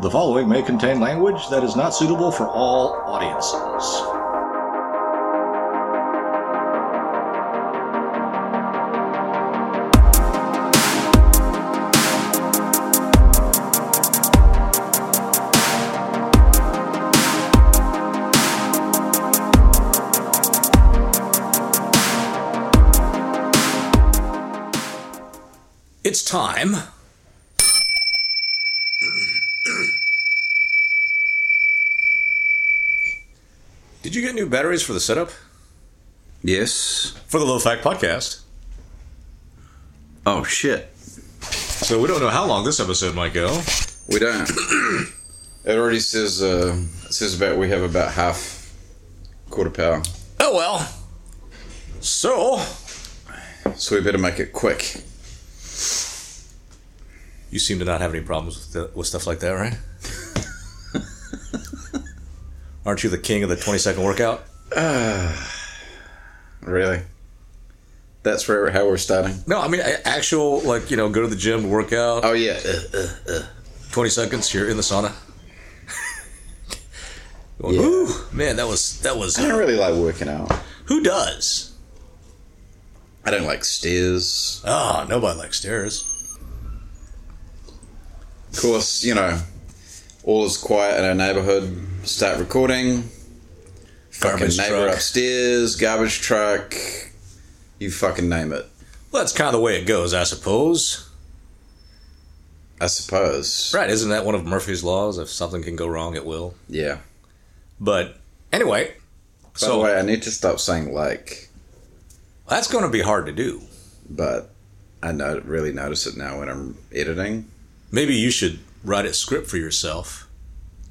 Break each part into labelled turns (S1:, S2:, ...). S1: The following may contain language that is not suitable for all audiences.
S2: It's time. Did you get new batteries for the setup?
S3: Yes.
S2: For the Low Fact podcast.
S3: Oh shit.
S2: So we don't know how long this episode might go.
S3: We don't. it already says uh it says about we have about half quarter power.
S2: Oh well. So,
S3: So we better make it quick.
S2: you seem to not have any problems with, the, with stuff like that, right? Aren't you the king of the 20 second workout?
S3: Really? That's where how we're starting.
S2: No, I mean, a- actual, like, you know, go to the gym, work out,
S3: Oh yeah. Uh, uh,
S2: 20 seconds, you're in the sauna. Going,
S3: Yeah.
S2: Ooh, man, that was, that was,
S3: I don't really like working out.
S2: who does?
S3: I don't like stairs.
S2: Ah, nobody likes stairs.
S3: Of course, you know, all is quiet in our neighborhood. Start recording.
S2: Garbage
S3: Fucking neighbor
S2: truck.
S3: upstairs, garbage truck. You fucking name it.
S2: Well, that's kind of the way it goes, I suppose.
S3: I suppose.
S2: Right, isn't that one of Murphy's laws? If something can go wrong, it will.
S3: Yeah.
S2: But anyway,
S3: By
S2: so
S3: the way, I need to stop saying like,
S2: that's going to be hard to do.
S3: but I no- really notice it now when I'm editing.
S2: Maybe you should write a script for yourself.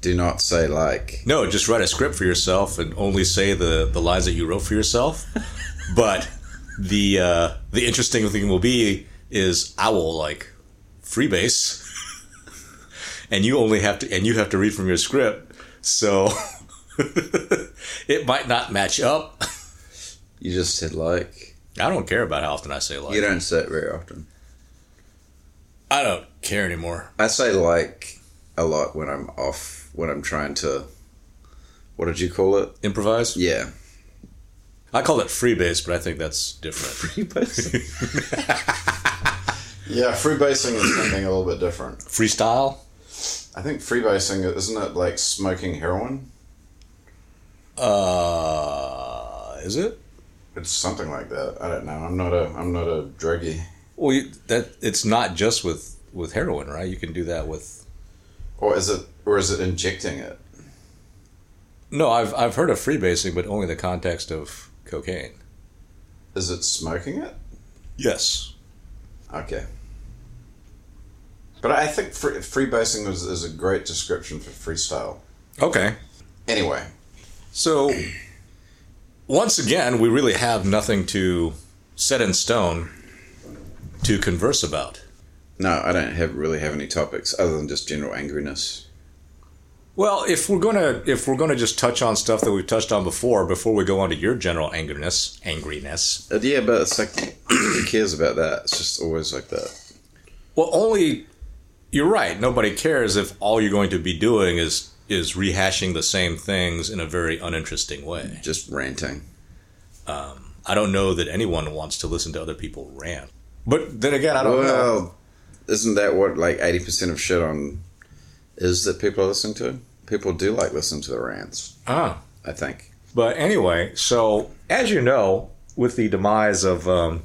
S3: Do not say like.
S2: No, just write a script for yourself and only say the, the lines that you wrote for yourself. but the uh, the interesting thing will be is I will like freebase, and you only have to and you have to read from your script. So it might not match up.
S3: You just said like.
S2: I don't care about how often I say like.
S3: You don't say it very often.
S2: I don't care anymore.
S3: I say like a lot when I'm off, when I'm trying to. What did you call it?
S2: Improvise.
S3: Yeah.
S2: I call it freebase, but I think that's different.
S3: Freebasing. yeah, freebasing is something a little bit different.
S2: Freestyle.
S3: I think freebasing, isn't it like smoking heroin?
S2: Uh, is it?
S3: It's something like that. I don't know. I'm not a I'm not a druggie.
S2: Well, you, that it's not just with with heroin, right? You can do that with.
S3: Or is it or is it injecting it?
S2: No, I've I've heard of freebasing, but only in the context of cocaine.
S3: Is it smoking it?
S2: Yes.
S3: Okay. But I think free, freebasing is, is a great description for freestyle.
S2: Okay.
S3: Anyway,
S2: So, once again, we really have nothing to set in stone to converse about.
S3: no, I don't have really have any topics other than just general angriness.
S2: Well, if we're gonna if we're gonna just touch on stuff that we've touched on before, before we go on to your general angriness, angriness,
S3: Uh, yeah, but it's like who cares about that? It's just always like that.
S2: Well, only you're right. Nobody cares if all you're going to be doing is is rehashing the same things in a very uninteresting way.
S3: Just ranting.
S2: I don't know that anyone wants to listen to other people rant. But then again, I don't know.
S3: Well, isn't that what like eighty percent of shit on is that people are listening to? People do like listening to the rants.
S2: Ah.
S3: I think.
S2: But anyway, so as you know, with the demise of um,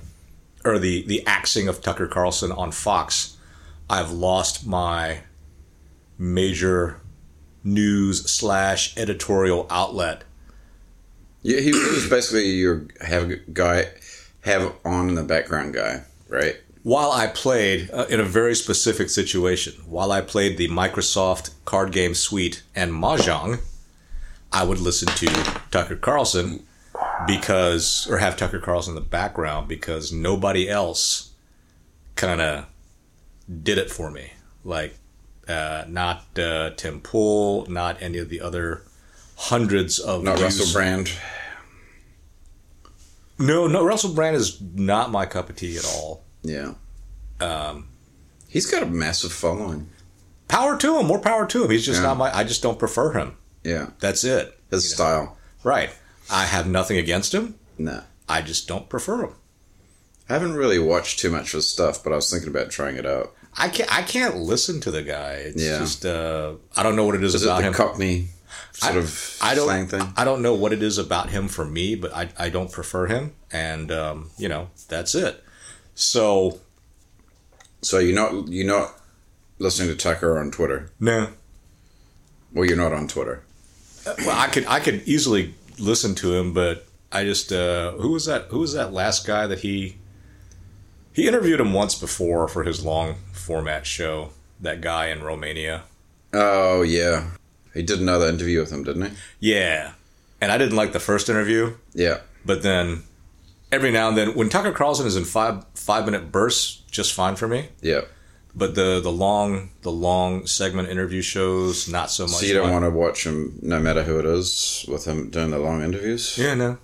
S2: or the the axing of Tucker Carlson on Fox, I've lost my major news slash editorial outlet
S3: Yeah, he was basically your have guy, have on in the background guy, right?
S2: while I played uh, in a very specific situation, while I played the Microsoft card game suite and Mahjong, I would listen to Tucker Carlson because, or have Tucker Carlson in the background because nobody else kind of did it for me. Like, uh, not uh, Tim Pool, not any of the other hundreds of
S3: Not
S2: views-
S3: Russell Brand.
S2: No, no, Russell Brand is not my cup of tea at all.
S3: Yeah. Um, he's got a massive following.
S2: power to him. More power to him. He's just
S3: Yeah.
S2: not my. I just don't prefer him.
S3: Yeah.
S2: That's it.
S3: His style.
S2: Right. I have nothing against him.
S3: No.
S2: I just don't prefer him.
S3: I haven't really watched too much of his stuff, but I was thinking about trying it out.
S2: I can't. I can't listen to the guy. It's
S3: Yeah.
S2: just. Uh, I don't know what it is,
S3: Is it
S2: about
S3: the
S2: him.
S3: Cockney sort of
S2: I don't.
S3: slang thing?
S2: I don't know what it is about him for me, but I, I don't prefer him, and um, you know that's it. So
S3: So you're not you're not listening to Tucker on Twitter.
S2: no,
S3: Well, you're not on Twitter.
S2: well, I could I could easily listen to him, but I just uh, who was that? Who was that last guy that he he interviewed him once before for his long format show? That guy in Romania,
S3: Oh yeah, he did another interview with him, didn't he?
S2: yeah. And I didn't like the first interview,
S3: Yeah,
S2: but then every now and then, when Tucker Carlson is in five five minute bursts, just fine for me.
S3: yeah.
S2: But the the long the long segment interview shows not so much.
S3: So you don't want to watch him, no matter who it is, with him doing the long interviews.
S2: yeah, no,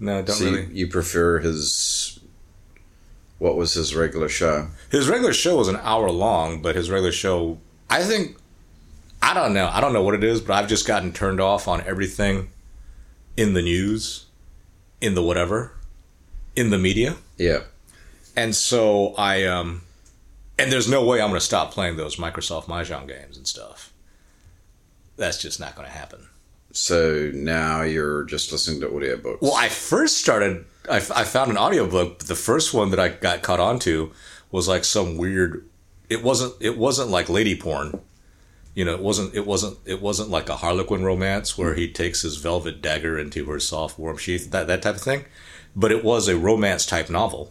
S2: no, don't
S3: So
S2: really.
S3: you, you prefer his. What was his regular show?
S2: His regular show was an hour long, but his regular show, I think, I don't know. I don't know what it is, but I've just gotten turned off on everything in the news, in the whatever, in the media.
S3: Yeah,
S2: And so I, um, and there's no way I'm going to stop playing those Microsoft Mahjong games and stuff. That's just not going to happen.
S3: So now you're just listening to audiobooks.
S2: Well, I first started, I, I found an audiobook, but the first one that I got caught onto was like some weird, it wasn't, it wasn't like lady porn. You know, it wasn't, it wasn't, it wasn't like a Harlequin romance where he takes his velvet dagger into her soft, warm sheath, that, that type of thing. But it was a romance type novel.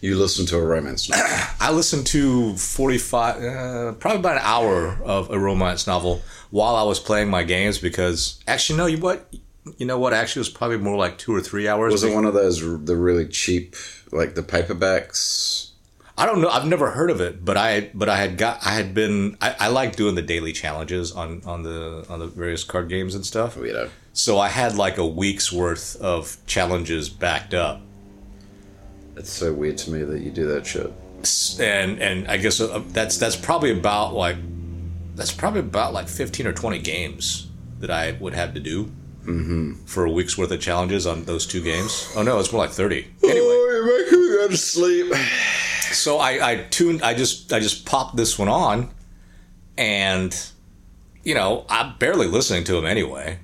S3: you listen to a romance novel.
S2: I listened to 45, uh, probably about an hour of a romance novel while I was playing my games because actually, no, you what? You know what? Actually, it was probably more like two or three hours.
S3: was it one of those r- the really cheap, like the paperbacks?
S2: I don't know. I've never heard of it, but I but I had got I had been I, I like doing the daily challenges on on the on the various card games and stuff.
S3: Weirdo.
S2: So I had like a week's worth of challenges backed up,
S3: It's so weird to me that you do that shit.
S2: S- and and I guess uh, that's that's probably about like that's probably about like fifteen or twenty games that I would have to do for a week's worth of challenges on those two games. Oh no, it's more like thirty. Anyway.
S3: Oh, you're making me go to sleep.
S2: so I, I tuned i just i just popped this one on and you know i'm barely listening to him anyway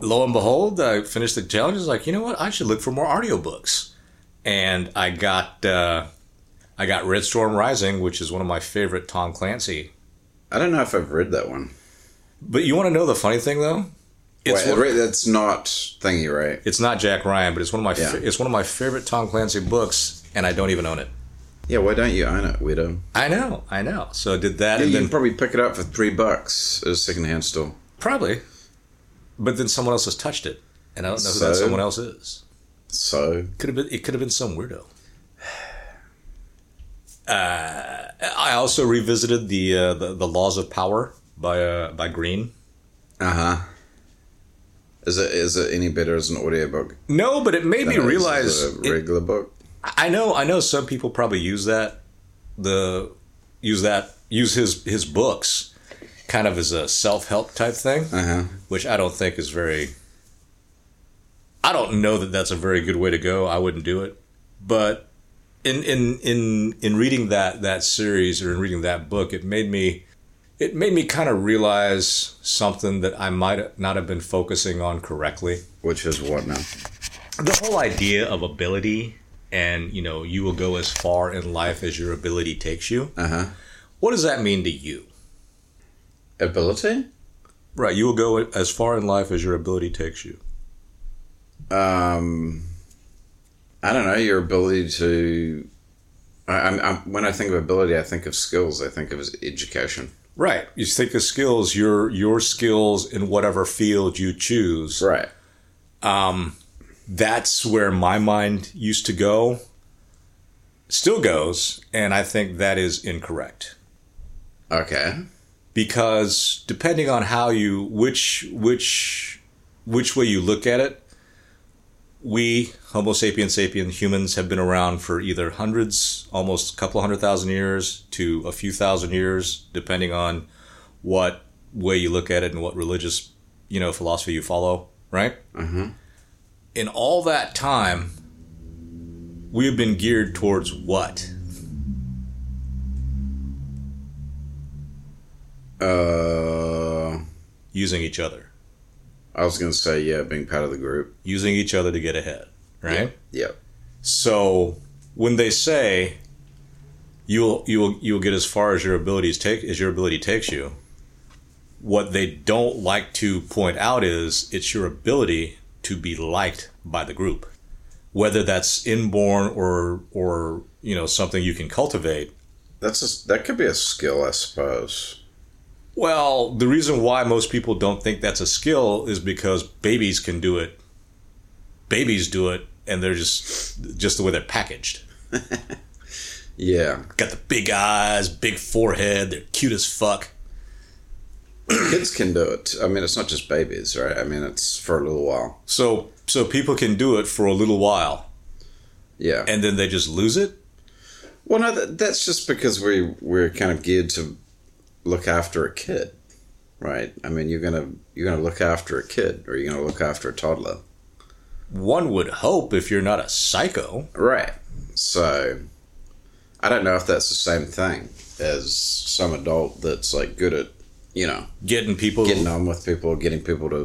S2: lo and behold i finished the challenge I was like you know what i should look for more audiobooks and i got uh, i got red storm rising which is one of my favorite tom clancy
S3: I don't know if I've read that one.
S2: but you want to know the funny thing though it's
S3: Wait,
S2: one-
S3: I read- that's not thingy, right?
S2: it's not jack ryan but it's one of my fa-
S3: Yeah.
S2: it's one of my favorite tom clancy books and i don't even own it
S3: Yeah, why don't you own it, weirdo?
S2: i know i know so I did that
S3: Yeah,
S2: and
S3: you
S2: then
S3: can probably pick it up for three bucks at a secondhand store.
S2: Probably. But then someone else has touched it, and I don't know who that
S3: So?
S2: someone else is.
S3: So
S2: Could have been. It could have been some weirdo. Uh, I also revisited the, uh, the the Laws of Power by uh, by Green.
S3: Uh huh. Is it is it any better as an audiobook?
S2: No, but it made me
S3: than it is
S2: realize.
S3: as a
S2: it-
S3: regular book.
S2: I know. I know. Some people probably use that. The use that use his his books, kind of as a self help type thing.
S3: Uh huh.
S2: which I don't think is very. I don't know that that's a very good way to go. I wouldn't do it, but in in in in reading that that series or in reading that book, it made me it made me kind of realize something that I might not have been focusing on correctly.
S3: Which is what now?
S2: The whole idea of ability and you know you will go as far in life as your ability takes you.
S3: Uh huh.
S2: What does that mean to you?
S3: Ability?
S2: Right, you will go as far in life as your ability takes you.
S3: Um, I don't know your ability to. I, I'm, I'm, when I think of ability, I think of skills. I think of education.
S2: Right. You think of skills, your your skills in whatever field you choose.
S3: Right.
S2: That's where my mind used to go. Still goes, and I think that is incorrect.
S3: Okay.
S2: Because depending on how you which which which way you look at it, we Homo sapiens sapien humans have been around for either hundreds, almost a couple hundred thousand years to a few thousand years, depending on what way you look at it and what religious, you know, philosophy you follow, right?
S3: Uh-huh.
S2: In all that time, we have been geared towards what?
S3: Uh,
S2: Using each other,
S3: I was gonna say yeah, being part of the group.
S2: using each other to get ahead, right?
S3: Yep.
S2: So when they say you'll you'll you'll get as far as your abilities take as your ability takes you, what they don't like to point out is it's your ability to be liked by the group. Whether that's inborn or or you know something you can cultivate.
S3: That's a, that could be a skill, I suppose.
S2: Well, the reason why most people don't think that's a skill is because babies can do it. Babies do it and they're just just the way they're packaged.
S3: Yeah,
S2: Got the big eyes, big forehead. They're cute as fuck.
S3: kids can do it. I mean, it's not just babies, right? I mean, it's for a little while.
S2: So so people can do it for a little while,
S3: Yeah.
S2: and then they just lose it.
S3: well, no, that, that's just because we we're kind of geared to look after a kid, right? I mean, you're gonna you're gonna look after a kid, or you're gonna look after a toddler,
S2: One would hope if you're not a psycho.
S3: right? So, I don't know if that's the same thing as some adult that's like good at you know
S2: Getting people.
S3: getting on with people, getting people to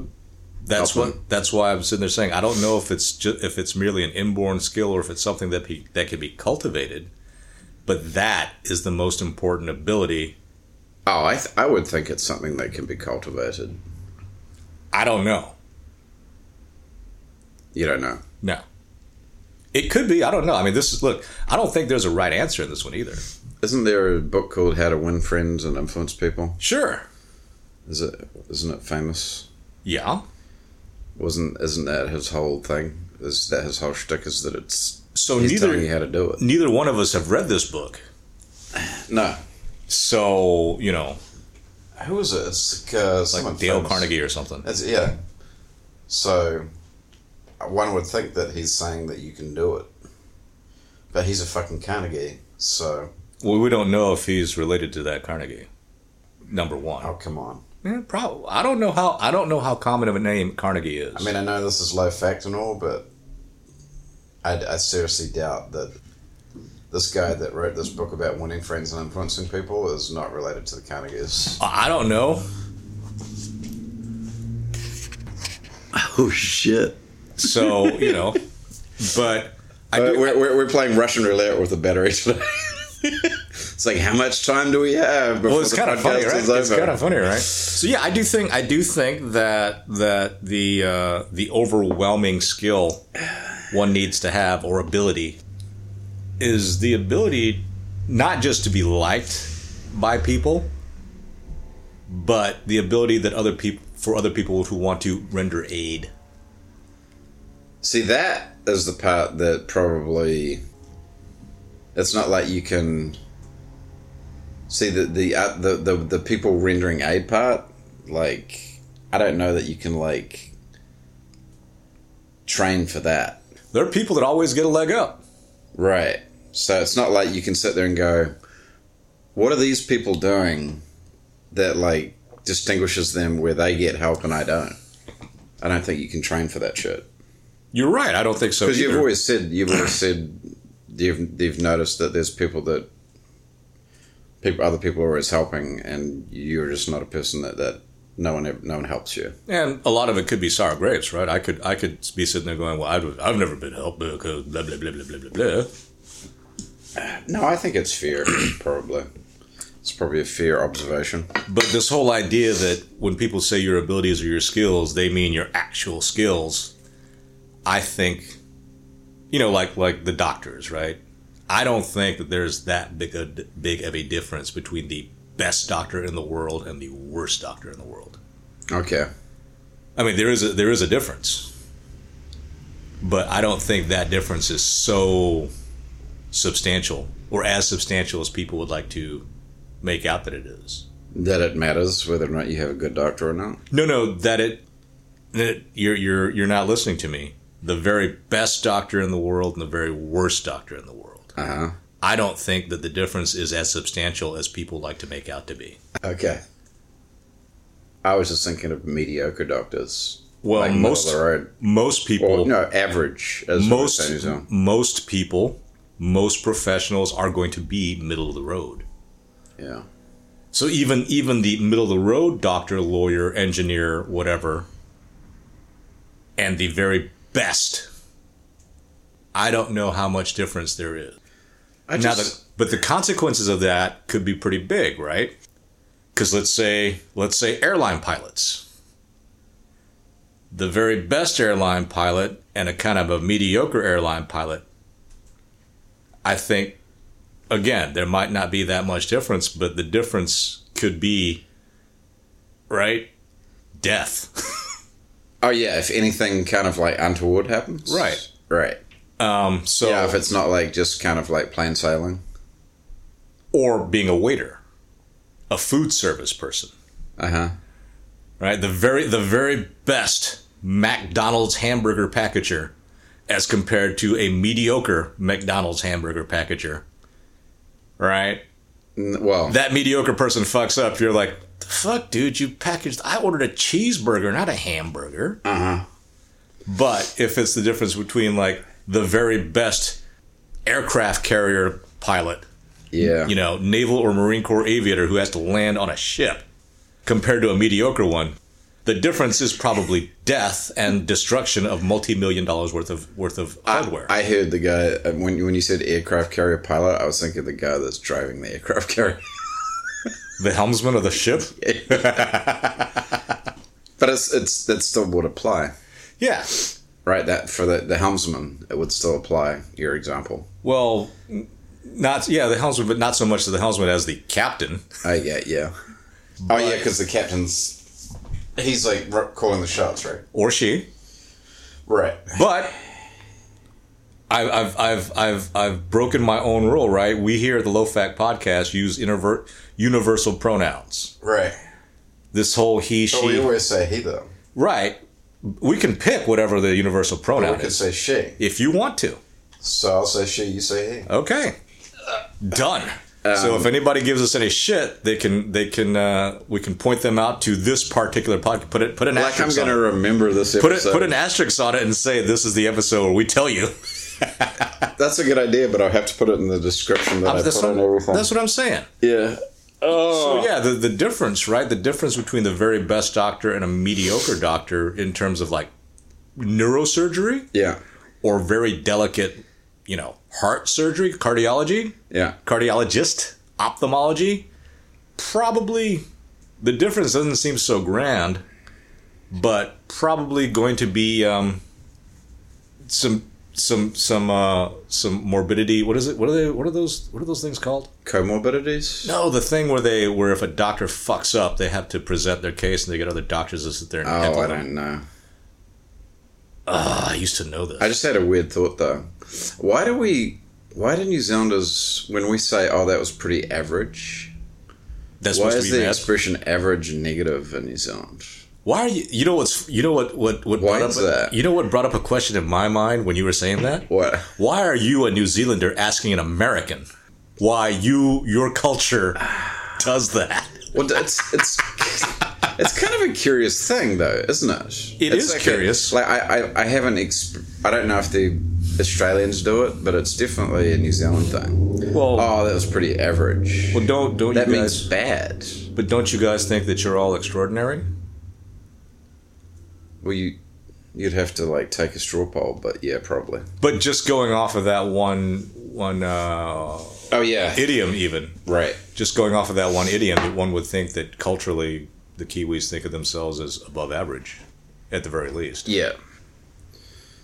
S2: that's
S3: help
S2: what. That's why I'm sitting there saying I don't know if it's just, if it's merely an inborn skill or if it's something that be, that can be cultivated. But that is the most important ability.
S3: Oh, I, th- I would think it's something that can be cultivated.
S2: I don't know.
S3: You don't know.
S2: No. It could be. I don't know. I mean, this is look. I don't think there's a right answer in this one either.
S3: Isn't there a book called How to Win Friends and Influence People?
S2: Sure.
S3: Is it? Isn't it famous?
S2: Yeah.
S3: Wasn't? Isn't that his whole thing? Is that his whole shtick? Is that it's
S2: So
S3: he's
S2: neither
S3: telling you how to do it?
S2: neither one of us have read this book.
S3: No.
S2: So, you know,
S3: Who was it? It's like, uh,
S2: like
S3: someone
S2: Dale
S3: famous.
S2: Carnegie or something.
S3: That's yeah. So one would think that he's saying that you can do it, but he's a fucking Carnegie. So
S2: Well, we don't know if he's related to that Carnegie. Number one.
S3: oh come on.
S2: Yeah, probably. I don't know how I don't know how common of a name Carnegie is.
S3: I mean, I know this is low fact and all, but I, I seriously doubt that this guy that wrote this book about winning friends and influencing people is not related to the Carnegies.
S2: I I don't know.
S3: Oh shit!
S2: So you know, but I do,
S3: we're, we're, we're playing Russian roulette with a battery today. it's like, how much time do we have? Before
S2: well, it's
S3: the
S2: kind of funny,
S3: podcast
S2: right?
S3: is
S2: It's
S3: over?
S2: kind of funny, right? So yeah, I do think I do think that that the uh, the overwhelming skill one needs to have or ability is the ability not just to be liked by people, but the ability that other people for other people who want to render aid.
S3: See, that is the part that probably it's not like you can see the the uh, the, the the people rendering aid part. Like, I don't know that you can like train for that,
S2: There are people that always get a leg up.
S3: right? So it's not like you can sit there and go, "What are these people doing that like distinguishes them where they get help and I don't?" I don't think you can train for that shit.
S2: You're right. I don't think so.
S3: Because you've
S2: either.
S3: always said you've always said you've you've noticed that there's people that people other people are always helping, and you're just not a person that that no one ever- no one helps you.
S2: And a lot of it could be sour grapes, right? I could I could be sitting there going, "Well, I've, I've never been helped because blah blah blah blah blah blah blah."
S3: No, I think it's fear. probably, it's probably a fear observation.
S2: But this whole idea that when people say your abilities or your skills, they mean your actual skills. I think, you know, like like the doctors, right? I don't think that there's that big a big of a difference between the best doctor in the world and the worst doctor in the world.
S3: Okay,
S2: I mean, there is a, there is a difference, but I don't think that difference is so substantial or as substantial as people would like to make out that it is.
S3: that it matters whether or not you have a good doctor or not.
S2: No, no, that it that you're you're you're not listening to me. the very best doctor in the world and the very worst doctor in the world.
S3: Uh huh.
S2: I don't think that the difference is as substantial as people like to make out to be.
S3: Okay. I was just thinking of mediocre doctors.
S2: Well,
S3: like middle of
S2: most
S3: the road.
S2: most people
S3: Well, no, average. As we were saying,
S2: most
S3: so.
S2: most people most professionals are going to be middle of the road.
S3: Yeah.
S2: So even even the middle of the road doctor, lawyer, engineer, whatever, and the very best, I don't know how much difference there is.
S3: I
S2: Now,
S3: just,
S2: the, but the consequences of that could be pretty big, right? Because let's say let's say airline pilots, the very best airline pilot and a kind of a mediocre airline pilot. I think, again, there might not be that much difference, but the difference could be, right? Death.
S3: oh yeah, if anything kind of like untoward happens.
S2: Right.
S3: Right.
S2: Um, so
S3: Yeah, if it's not like just kind of like plain sailing.
S2: or being a waiter, a food service person.
S3: Uh
S2: Uh-huh.
S3: huh.
S2: right? The very the very best McDonald's hamburger packager as compared to a mediocre McDonald's hamburger packager. Right?
S3: Well,
S2: That mediocre person fucks up. You're like, the fuck, dude, you packaged I ordered a cheeseburger, not a hamburger. Uh-huh. But if it's the difference between like the very best aircraft carrier pilot
S3: yeah.
S2: you know, naval or Marine Corps aviator who has to land on a ship compared to a mediocre one. The difference is probably death and destruction of multi-million dollars worth of worth of hardware.
S3: I heard the guy uh, when when you said aircraft carrier pilot, I was thinking of the guy that's driving the aircraft carrier.
S2: the helmsman of the ship.
S3: but it's it's that still would apply,
S2: Yeah.
S3: right? That for the the helmsman, it would still apply. Your example,
S2: Well, n- not yeah, the helmsman, but not so much to the helmsman as the captain.
S3: I get Uh, yeah. oh yeah, because the captain's he's like r- calling the shots, right?
S2: or she.
S3: Right.
S2: But I've I've I've I've I've broken my own rule. Right? We here at the Low Fact Podcast use interver- universal pronouns.
S3: Right.
S2: This whole he she.
S3: But we always say he though.
S2: Right. We can pick whatever the universal
S3: We
S2: pronoun
S3: could
S2: is
S3: say she.
S2: if you want to.
S3: So I'll say she. You say he.
S2: Okay. Done. so
S3: Um,
S2: if anybody gives us any shit, they can they can uh, we can point them out to this particular podcast. Put it put an
S3: Like I'm
S2: asterisk
S3: gonna
S2: on it.
S3: remember this episode.
S2: Put it put an asterisk on it and say this is the episode where we tell you.
S3: that's a good idea, but I'll have to put it in the description that I
S2: that's,
S3: put on
S2: what,
S3: everything. Oh.
S2: that's what I'm saying.
S3: yeah.
S2: So yeah, the, the difference, right? The difference between the very best doctor and a mediocre doctor in terms of like neurosurgery
S3: Yeah.
S2: or very delicate, you know, heart surgery, cardiology.
S3: Yeah.
S2: cardiologist, ophthalmology, probably the difference doesn't seem so grand, but probably going to be um, some some some uh, some morbidity. What is it? What are they? What are those? What are those things called?
S3: Comorbidities.
S2: No, the thing where they where if a doctor fucks up, they have to present their case and they get other doctors to sit there and
S3: Oh,
S2: heckle
S3: I
S2: them.
S3: don't know.
S2: Ah, I used to know this.
S3: I just had a weird thought though. Why do we? Why do New Zealanders, when we say, "Oh, that was pretty average,"
S2: That's
S3: why
S2: supposed to
S3: is
S2: be
S3: the
S2: bad.
S3: expression "average" negative in New Zealand?
S2: Why are you? You know what's? You know what? What? What?
S3: Why
S2: brought up,
S3: is that?
S2: You know what brought up a question in my mind when you were saying that?
S3: What?
S2: why are you a New Zealander asking an American why you your culture does that?
S3: Well, it's it's it's kind of a curious thing, though, isn't it?
S2: It
S3: it's
S2: is
S3: like a-
S2: curious.
S3: like I, I, I haven't. Exp- I don't know if the Australians do it, but it's definitely a New Zealand thing.
S2: Well,
S3: Oh, that was pretty average.
S2: well don't don't
S3: that
S2: you guys
S3: means bad.
S2: but don't you guys think that you're all extraordinary?
S3: Well, you you'd have to like take a straw poll, but yeah, probably.
S2: But just going off of that one one uh,
S3: Oh yeah,
S2: idiom even.
S3: right.
S2: Just going off of that one idiom, that one would think that culturally the Kiwis think of themselves as above average at the very least.
S3: Yeah.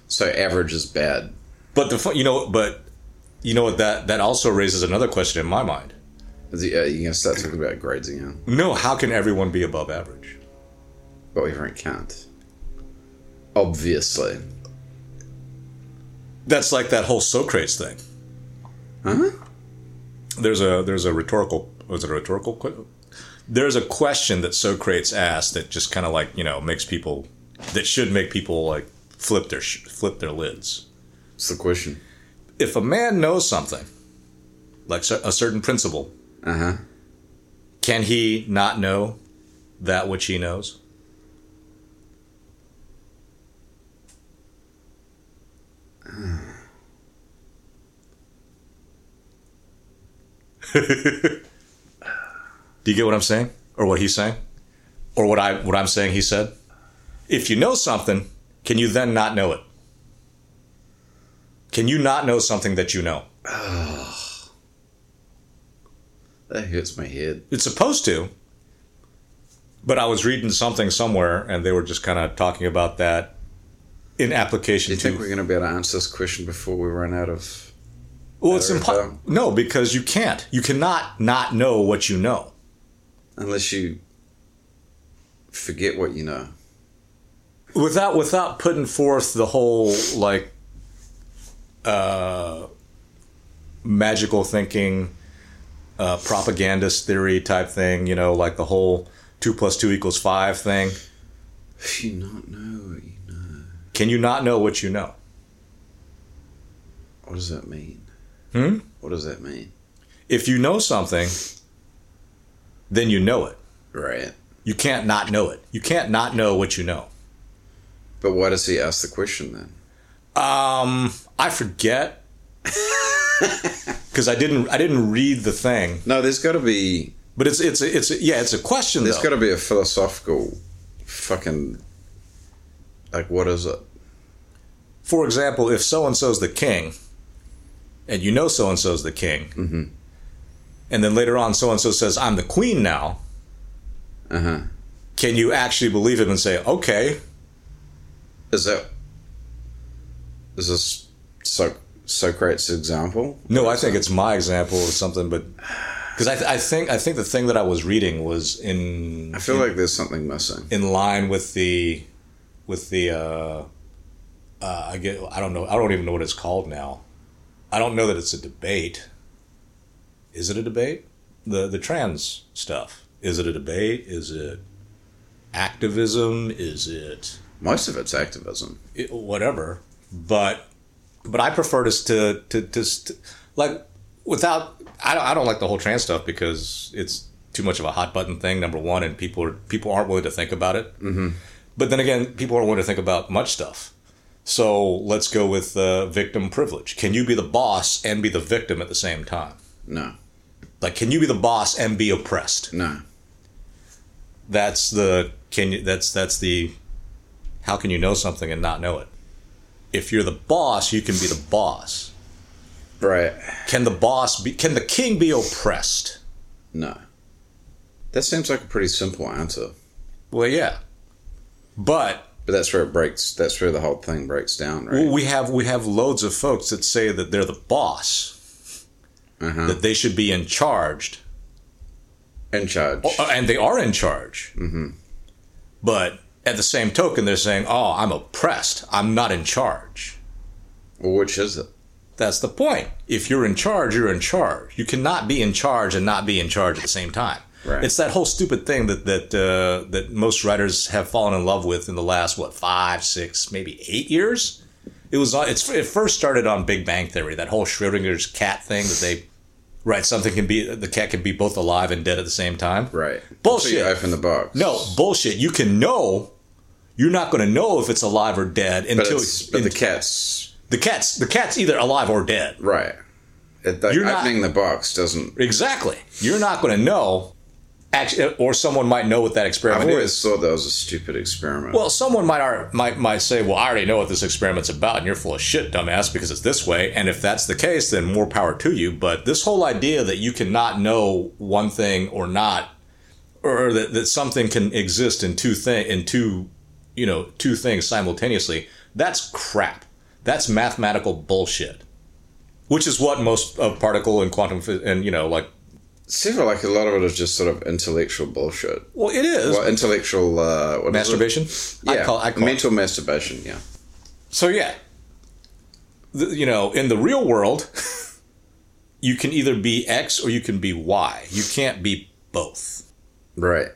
S3: So average is bad.
S2: But the fu- you know but you know what that that also raises another question in my mind.
S3: Is it- uh, you're gonna start talking about grades again,
S2: No, how can everyone be above average?
S3: but we haven't can't. Obviously.
S2: That's like that whole Socrates thing.
S3: Huh?
S2: There's a there's a rhetorical was it a rhetorical que- there's a question that Socrates asked that just kind of like you know makes people that should make people like flip their sh- flip their lids.
S3: It's the question.
S2: If a man knows something, like cer- a certain principle,
S3: Uh huh.
S2: can he not know that which he knows? Do you get what I'm saying, or what he's saying, or what I what I'm saying? He said, "If you know something, can you then not know it? Can you not know something that you know?
S3: That hurts my head.
S2: It's supposed to." But I was reading something somewhere, and they were just kind of talking about that in application
S3: Do you
S2: to
S3: think we're going to be able to answer this question before we run out of?
S2: Well, it's
S3: Better
S2: impossible.
S3: them.
S2: No, because you can't. You cannot not know what you know.
S3: Unless you forget what you know.
S2: Without without putting forth the whole like uh, magical thinking, uh, propagandist theory type thing. You know, like the whole two plus two equals five thing.
S3: If you not know what you know,
S2: Can you not know what you know?
S3: what does that mean?
S2: Hmm?
S3: What does that mean?
S2: If you know something, then you know it.
S3: Right.
S2: You can't not know it. You can't not know what you know.
S3: But why does he ask the question then?
S2: Um, I forget because I didn't I didn't read the thing.
S3: No, there's got to be
S2: But it's it's a, it's a, yeah, it's a question
S3: there's
S2: though.
S3: got to be a philosophical fucking like what is it?
S2: For example, if so and so's the king, and you know so and so's the king, and then later on so and so says I'm the queen now,
S3: Uh
S2: Uh-huh.
S3: huh.
S2: can you actually believe him and say okay?
S3: Is that is this so- Socrates' example?
S2: No, I think it's my example or something, but because I, th- I think I think the thing that I was reading was in
S3: I feel like there's something missing.
S2: in line with the with the uh, uh, I get I don't know I don't even know what it's called now. I don't know that it's a debate. Is it a debate? The the trans stuff. Is it a debate? Is it activism? Is it,
S3: Most of it's activism.
S2: it whatever? But but I prefer to to to, to st- like without I don't, I don't like the whole trans stuff because it's too much of a hot button thing number one and people are people aren't willing to think about it but then again, people aren't willing to think about much stuff. So let's go with uh, victim privilege. Can you be the boss and be the victim at the same time?
S3: No,
S2: Like, can you be the boss and be oppressed?
S3: no.
S2: That's the can you? That's that's the how can you know something and not know it? If you're the boss, you can be the boss.
S3: Right.
S2: Can the boss be? Can the king be oppressed?
S3: No. That seems like a pretty simple answer.
S2: Well, yeah, but
S3: But that's where it breaks. That's where the whole thing breaks down, right?
S2: Well, we have we have loads of folks that say that they're the boss,
S3: Uh-huh.
S2: that they should be in charge,
S3: In charge.
S2: uh, and they are in charge. Mm-hmm. But at the same token, they're saying, "Oh, I'm oppressed. I'm not in charge."
S3: Well, which is it?
S2: That's the point. If you're in charge, you're in charge. You cannot be in charge and not be in charge at the same time.
S3: Right.
S2: It's that whole stupid thing that that uh, that most writers have fallen in love with in the last what five, six, maybe eight years. It was on. It's it first started on Big Bang Theory. That whole Schrodinger's cat thing that they right something can be the cat can be both alive and dead at the same time.
S3: Right.
S2: Bullshit.
S3: So you open the box.
S2: No bullshit. You can know. You're not going to know if it's alive or dead
S3: But,
S2: until
S3: it's, but
S2: in-
S3: the cat's
S2: the cat's the cat's either alive or dead.
S3: right. It, like,
S2: You're not-
S3: opening the box doesn't.
S2: Exactly. You're not going to know, actually, or someone might know what that
S3: I've
S2: experiment
S3: always
S2: is.
S3: thought that was a stupid experiment.
S2: Well, someone might, ar- might might say, "Well, I already know what this experiment's about, and you're full of shit, dumbass, because it's this way." And if that's the case, then more power to you. But this whole idea that you cannot know one thing or not, or that, that something can exist in two thing in two, you know, two things simultaneously, that's crap. That's mathematical bullshit. Which is what most of particle and quantum phys- and you know, like,
S3: several like a lot of it is just sort of intellectual bullshit.
S2: well, it is.
S3: Well, intellectual uh, what is it?
S2: masturbation.
S3: Yeah,
S2: I call, I call
S3: mental masturbation. Yeah,
S2: So yeah, The- you know, in the real world, you can either be X or you can be Y. You can't be both.
S3: right.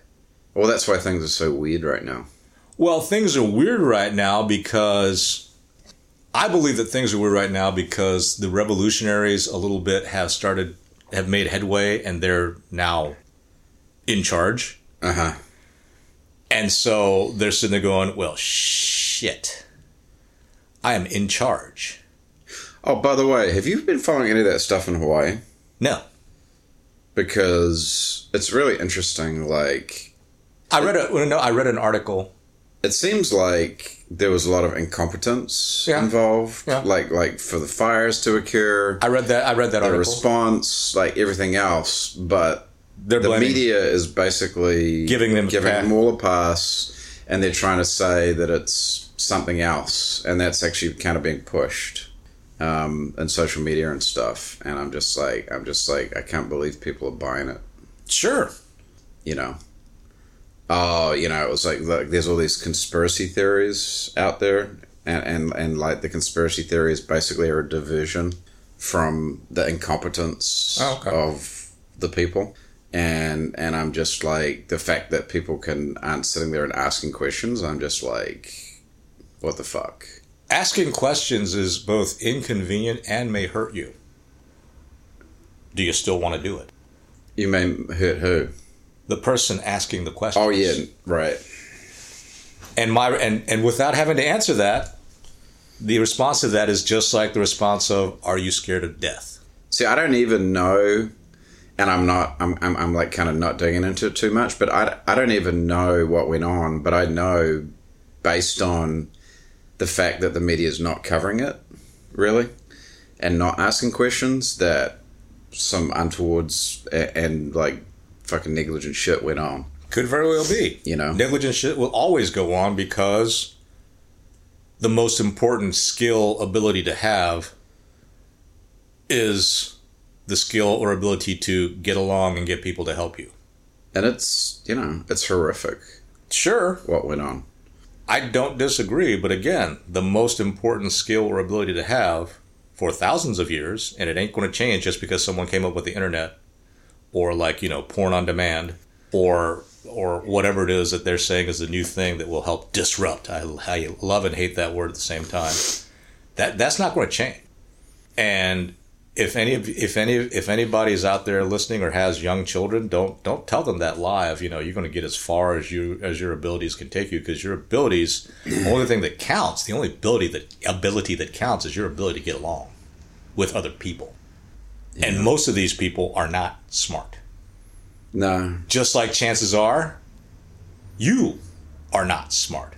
S3: Well, that's why things are so weird right now.
S2: Well, things are weird right now because I believe that things are weird right now because the revolutionaries a little bit have started have made headway and they're now in charge.
S3: Uh huh.
S2: And so they're sitting there going, "Well, shit. I am in charge."
S3: Oh, by the way, have you been following any of that stuff in Hawaii?
S2: No.
S3: Because it's really interesting. Like,
S2: I read a no, I read an article.
S3: it seems like there was a lot of incompetence
S2: Yeah.
S3: involved.
S2: Yeah.
S3: Like, like for the fires to occur,
S2: I read that I read that
S3: the
S2: article.
S3: response, like everything else. But
S2: they're
S3: the
S2: blaming-
S3: media is basically
S2: Giving them a
S3: giving
S2: pass.
S3: them all a pass, and they're trying to say that it's something else, and that's actually kind of being pushed um, in social media and stuff. And I'm just like, I'm just like, I can't believe people are buying it.
S2: Sure.
S3: You know, oh, you know, it was like, look, there's all these conspiracy theories out there, and and and like the conspiracy theories basically are a division from the incompetence
S2: Oh, okay.
S3: of the people and and i'm just like the fact that people can aren't sitting there and asking questions i'm just like what the fuck
S2: Asking questions is both inconvenient and may hurt you. Do you still want to do it?
S3: you mean hurt who
S2: The person asking the questions.
S3: oh yeah right
S2: And my and and without having to answer that, the response to that is just like the response of "Are you scared of death?"
S3: See, I don't even know, and I'm not. I'm, I'm, I'm like kind of not digging into it too much, but I, I don't even know what went on. But I know, based on the fact that the media is not covering it, really, and not asking questions, that some untowards a- and like fucking negligent shit went on.
S2: Could very well be.
S3: You know.
S2: negligent shit will always go on because the most important skill ability to have is the skill or ability to get along and get people to help you.
S3: And it's you know it's horrific
S2: Sure,
S3: what went on.
S2: I don't disagree, but again, the most important skill or ability to have for thousands of years, and it ain't going to change just because someone came up with the internet or like, you know, porn on demand or or whatever it is that they're saying is the new thing that will help disrupt. I, I love and hate that word at the same time. That that's not going to change. And if any of if any if anybody's out there listening or has young children, don't don't tell them that lie of you know you're going to get as far as you as your abilities can take you because your abilities the only thing that counts the only ability that ability that counts is your ability to get along with other people, and most of these people are not smart.
S3: No,
S2: Just like chances are, you are not smart,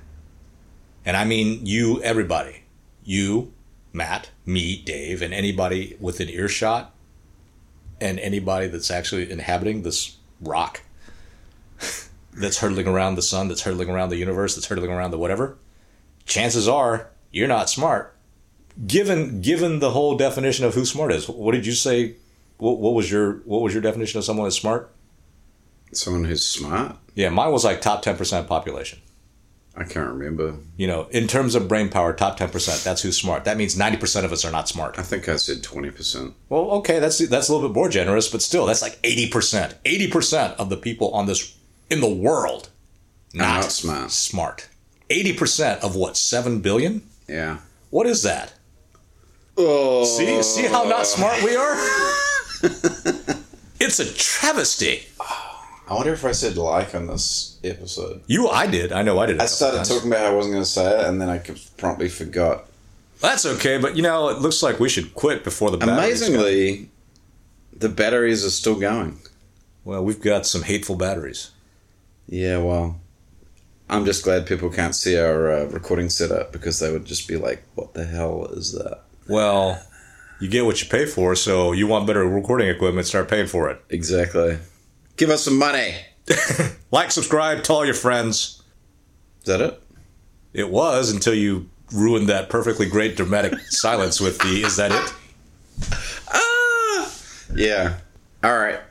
S2: and I mean you everybody, you Matt, me, Dave, and anybody within earshot, and anybody that's actually inhabiting this rock that's hurtling around the sun, that's hurtling around the universe, that's hurtling around the whatever, chances are you're not smart. Given given the whole definition of who smart is, what did you say? What, what was your what was your definition of someone as smart?
S3: someone who's smart.
S2: Yeah, mine was like top ten percent population.
S3: I can't remember.
S2: You know, in terms of brain power, top ten percent. That's who's smart. That means ninety percent of us are not smart.
S3: I think I said twenty percent.
S2: Well, okay, that's that's a little bit more generous, but still, that's like eighty percent. Eighty percent of the people on this in the world not,
S3: not smart.
S2: Smart. Eighty percent of what? Seven billion?
S3: Yeah.
S2: What is that?
S3: Oh.
S2: See, see how not smart we are. it's a travesty.
S3: I wonder if I said like on this episode.
S2: You, I did. I know I did.
S3: I started talking about how I wasn't going to say it, and then I could- promptly forgot.
S2: That's okay, but you know, it looks like we should quit before the batteries go.
S3: Amazingly, the batteries are still going.
S2: Well, we've got some hateful batteries.
S3: Yeah, well, I'm just glad people can't see our uh, recording setup because they would just be like, "What the hell is that?"
S2: Well, you get what you pay for, so you want better recording equipment, start paying for it.
S3: Exactly. Give us some money.
S2: Like, subscribe, tell all your friends.
S3: Is that it?
S2: It was until you ruined that perfectly great dramatic silence with the is that it?
S3: Yeah. All right.